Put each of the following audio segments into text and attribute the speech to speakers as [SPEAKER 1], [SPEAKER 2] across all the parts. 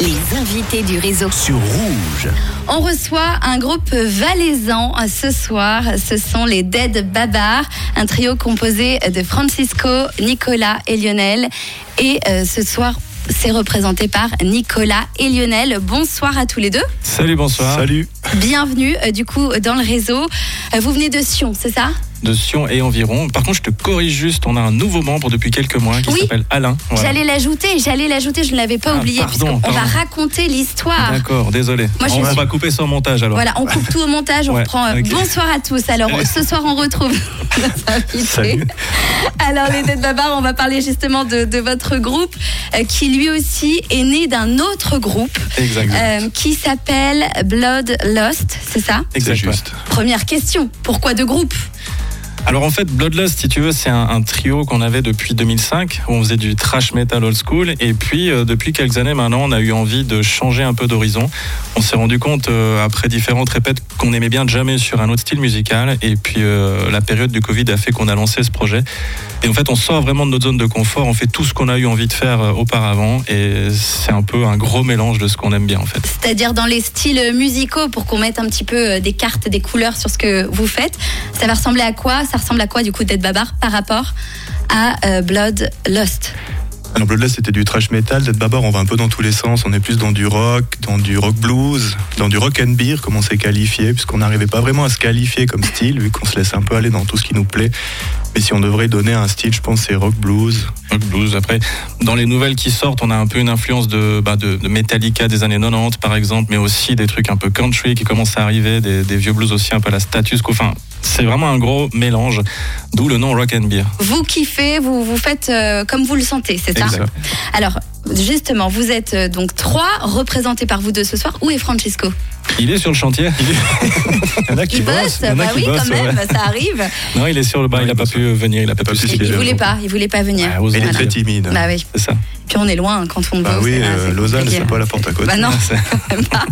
[SPEAKER 1] les invités du réseau.
[SPEAKER 2] sur Rouge.
[SPEAKER 1] On reçoit un groupe valaisan euh, ce soir. Ce sont les Dead Babar, un trio composé de Francisco, Nicolas et Lionel. Et euh, ce soir, c'est représenté par Nicolas et Lionel. Bonsoir à tous les deux.
[SPEAKER 3] Salut, bonsoir.
[SPEAKER 2] Salut.
[SPEAKER 1] Bienvenue euh, du coup dans le réseau. Euh, Vous venez de Sion, c'est ça
[SPEAKER 3] De Sion et environ. Par contre, je te corrige juste, on a un nouveau membre depuis quelques mois qui
[SPEAKER 1] Oui.
[SPEAKER 3] s'appelle Alain. Voilà.
[SPEAKER 1] J'allais l'ajouter, j'allais l'ajouter, je ne l'avais pas
[SPEAKER 3] Ah,
[SPEAKER 1] oublié.
[SPEAKER 3] pardon,
[SPEAKER 1] puisqu'on- on va
[SPEAKER 3] pardon.
[SPEAKER 1] raconter l'histoire.
[SPEAKER 3] D'accord, désolé.
[SPEAKER 1] Moi, je
[SPEAKER 3] on,
[SPEAKER 1] suis-
[SPEAKER 3] on va couper sans montage alors.
[SPEAKER 1] Voilà, on coupe tout au montage, on
[SPEAKER 3] Ouais,
[SPEAKER 1] reprend. euh,
[SPEAKER 3] ok.
[SPEAKER 1] Bonsoir à tous. Alors, ce soir, on retrouve nos invités.
[SPEAKER 2] Salut.
[SPEAKER 1] Alors, les Dead Babar, on va parler justement de, de votre groupe euh, qui lui aussi est né d'un autre groupe
[SPEAKER 3] Exact.
[SPEAKER 1] euh, qui s'appelle Blood Lost, c'est ça
[SPEAKER 3] Exact, ouais.
[SPEAKER 1] Première question, pourquoi deux groupes
[SPEAKER 3] Alors en fait, Bloodlust, si tu veux, c'est un, un trio qu'on avait depuis 2005, où on faisait du thrash metal old school. Et puis, euh, depuis quelques années maintenant, on a eu envie de changer un peu d'horizon. On s'est rendu compte, euh, après différentes répètes, qu'on aimait bien jamais sur un autre style musical. Et puis, euh, la période du Covid a fait qu'on a lancé ce projet. Et en fait, on sort vraiment de notre zone de confort, on fait tout ce qu'on a eu envie de faire euh, auparavant. Et c'est un peu un gros mélange de ce qu'on aime bien, en fait.
[SPEAKER 1] C'est-à-dire dans les styles musicaux pour qu'on mette un petit peu euh, des cartes, des couleurs sur ce que vous faites. Ça va ressembler à quoi Ça ressemble à quoi du coup Dead Babar par rapport à euh, Blood Lost
[SPEAKER 4] Alors Bloodlust c'était du trash metal, Dead Babar on va un peu dans tous les sens, on est plus dans du rock, dans du rock blues, dans du rock and beer comme on s'est qualifié, puisqu'on n'arrivait pas vraiment à se qualifier comme style, vu qu'on se laisse un peu aller dans tout ce qui nous plaît. Mais si on devrait donner un style, je pense c'est rock blues.
[SPEAKER 3] Rock blues. Après, dans les nouvelles qui sortent, on a un peu une influence de, bah, de, de Metallica des années 90, par exemple, mais aussi des trucs un peu country qui commencent à arriver, des, des vieux blues aussi un peu à la status quo. Enfin, c'est vraiment un gros mélange, d'où le nom rock and beer.
[SPEAKER 1] Vous kiffez, vous, vous faites euh, comme vous le sentez, c'est ça
[SPEAKER 3] Exact.
[SPEAKER 1] Alors, justement, vous êtes euh, donc trois représentés par vous deux ce soir. Où est Francesco
[SPEAKER 3] Il est sur le chantier.
[SPEAKER 4] Il y en a
[SPEAKER 1] Il bosse,
[SPEAKER 3] il y en a
[SPEAKER 1] bah
[SPEAKER 3] qui
[SPEAKER 1] oui, quand
[SPEAKER 3] bossent,
[SPEAKER 1] même, ça arrive.
[SPEAKER 3] Non, il est sur le bas.
[SPEAKER 4] Ouais,
[SPEAKER 3] il a
[SPEAKER 4] il
[SPEAKER 3] pas
[SPEAKER 4] bosse.
[SPEAKER 3] pu venir. Il a pas
[SPEAKER 4] Pas
[SPEAKER 3] pu.
[SPEAKER 4] possible.
[SPEAKER 3] se
[SPEAKER 1] Il, il
[SPEAKER 3] libérer.
[SPEAKER 1] voulait pas, il voulait pas venir.
[SPEAKER 3] Ouais, aux
[SPEAKER 4] Mais il est
[SPEAKER 3] Antilles.
[SPEAKER 4] très timide.
[SPEAKER 1] Bah oui.
[SPEAKER 3] C'est ça.
[SPEAKER 1] Puis on est loin hein, quand on bosse.
[SPEAKER 4] Bah oui,
[SPEAKER 1] là,
[SPEAKER 4] euh,
[SPEAKER 1] c'est
[SPEAKER 4] Lausanne
[SPEAKER 1] compliqué.
[SPEAKER 4] c'est pas la porte à côté.
[SPEAKER 1] Bah non,
[SPEAKER 3] C'est-
[SPEAKER 1] même pas.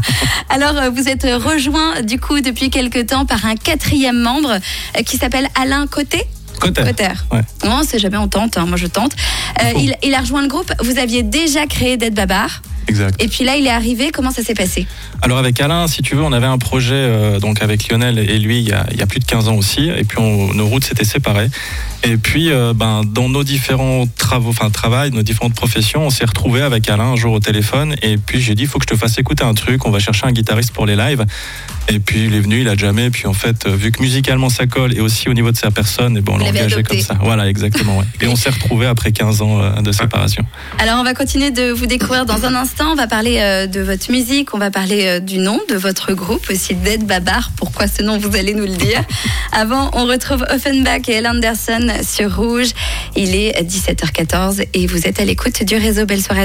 [SPEAKER 1] Alors, euh, vous êtes rejoint du coup depuis quelque temps par un quatrième membre euh, qui s'appelle Alain Côté.
[SPEAKER 3] Côté.
[SPEAKER 1] Cotter.
[SPEAKER 3] Ouais.
[SPEAKER 1] Non, c'est jamais on tente. hein, moi, je tente. Euh,
[SPEAKER 3] Oh.
[SPEAKER 1] il, il a rejoint le groupe. Vous aviez déjà créé Dead Babar.
[SPEAKER 4] Exact.
[SPEAKER 1] Et puis là, il est arrivé. Comment ça s'est passé
[SPEAKER 3] Alors avec Alain, si tu veux, on avait un projet euh, donc avec Lionel et lui il y, a, il y a plus de 15 ans aussi. Et puis on- nos routes s'étaient séparées. Et puis euh, ben dans nos différents travaux, enfin travail, nos différentes professions, on s'est retrouvés avec Alain un jour au téléphone. Et puis j'ai dit, il faut que je te fasse écouter un truc. On va chercher un guitariste pour les lives. Et puis il est venu, il a jamais. Puis en fait, euh, vu que musicalement ça colle et aussi au niveau de sa personne, et bon, on
[SPEAKER 1] Vous
[SPEAKER 3] l'a
[SPEAKER 1] l'avez
[SPEAKER 3] engagé
[SPEAKER 1] adopté.
[SPEAKER 3] comme ça. Voilà, exactement. ouais. Et on s'est retrouvés après 15 ans euh, de séparation.
[SPEAKER 1] Alors, on va continuer de vous découvrir dans un instant. On va parler euh, de votre musique. On va parler euh, du nom de votre groupe aussi, Dead Babar. Pourquoi ce nom Vous allez nous le dire. Avant, on retrouve Offenbach et Elle euh, Anderson sur Rouge. Il est 17h14 et vous êtes à l'écoute du réseau Belle Soirée.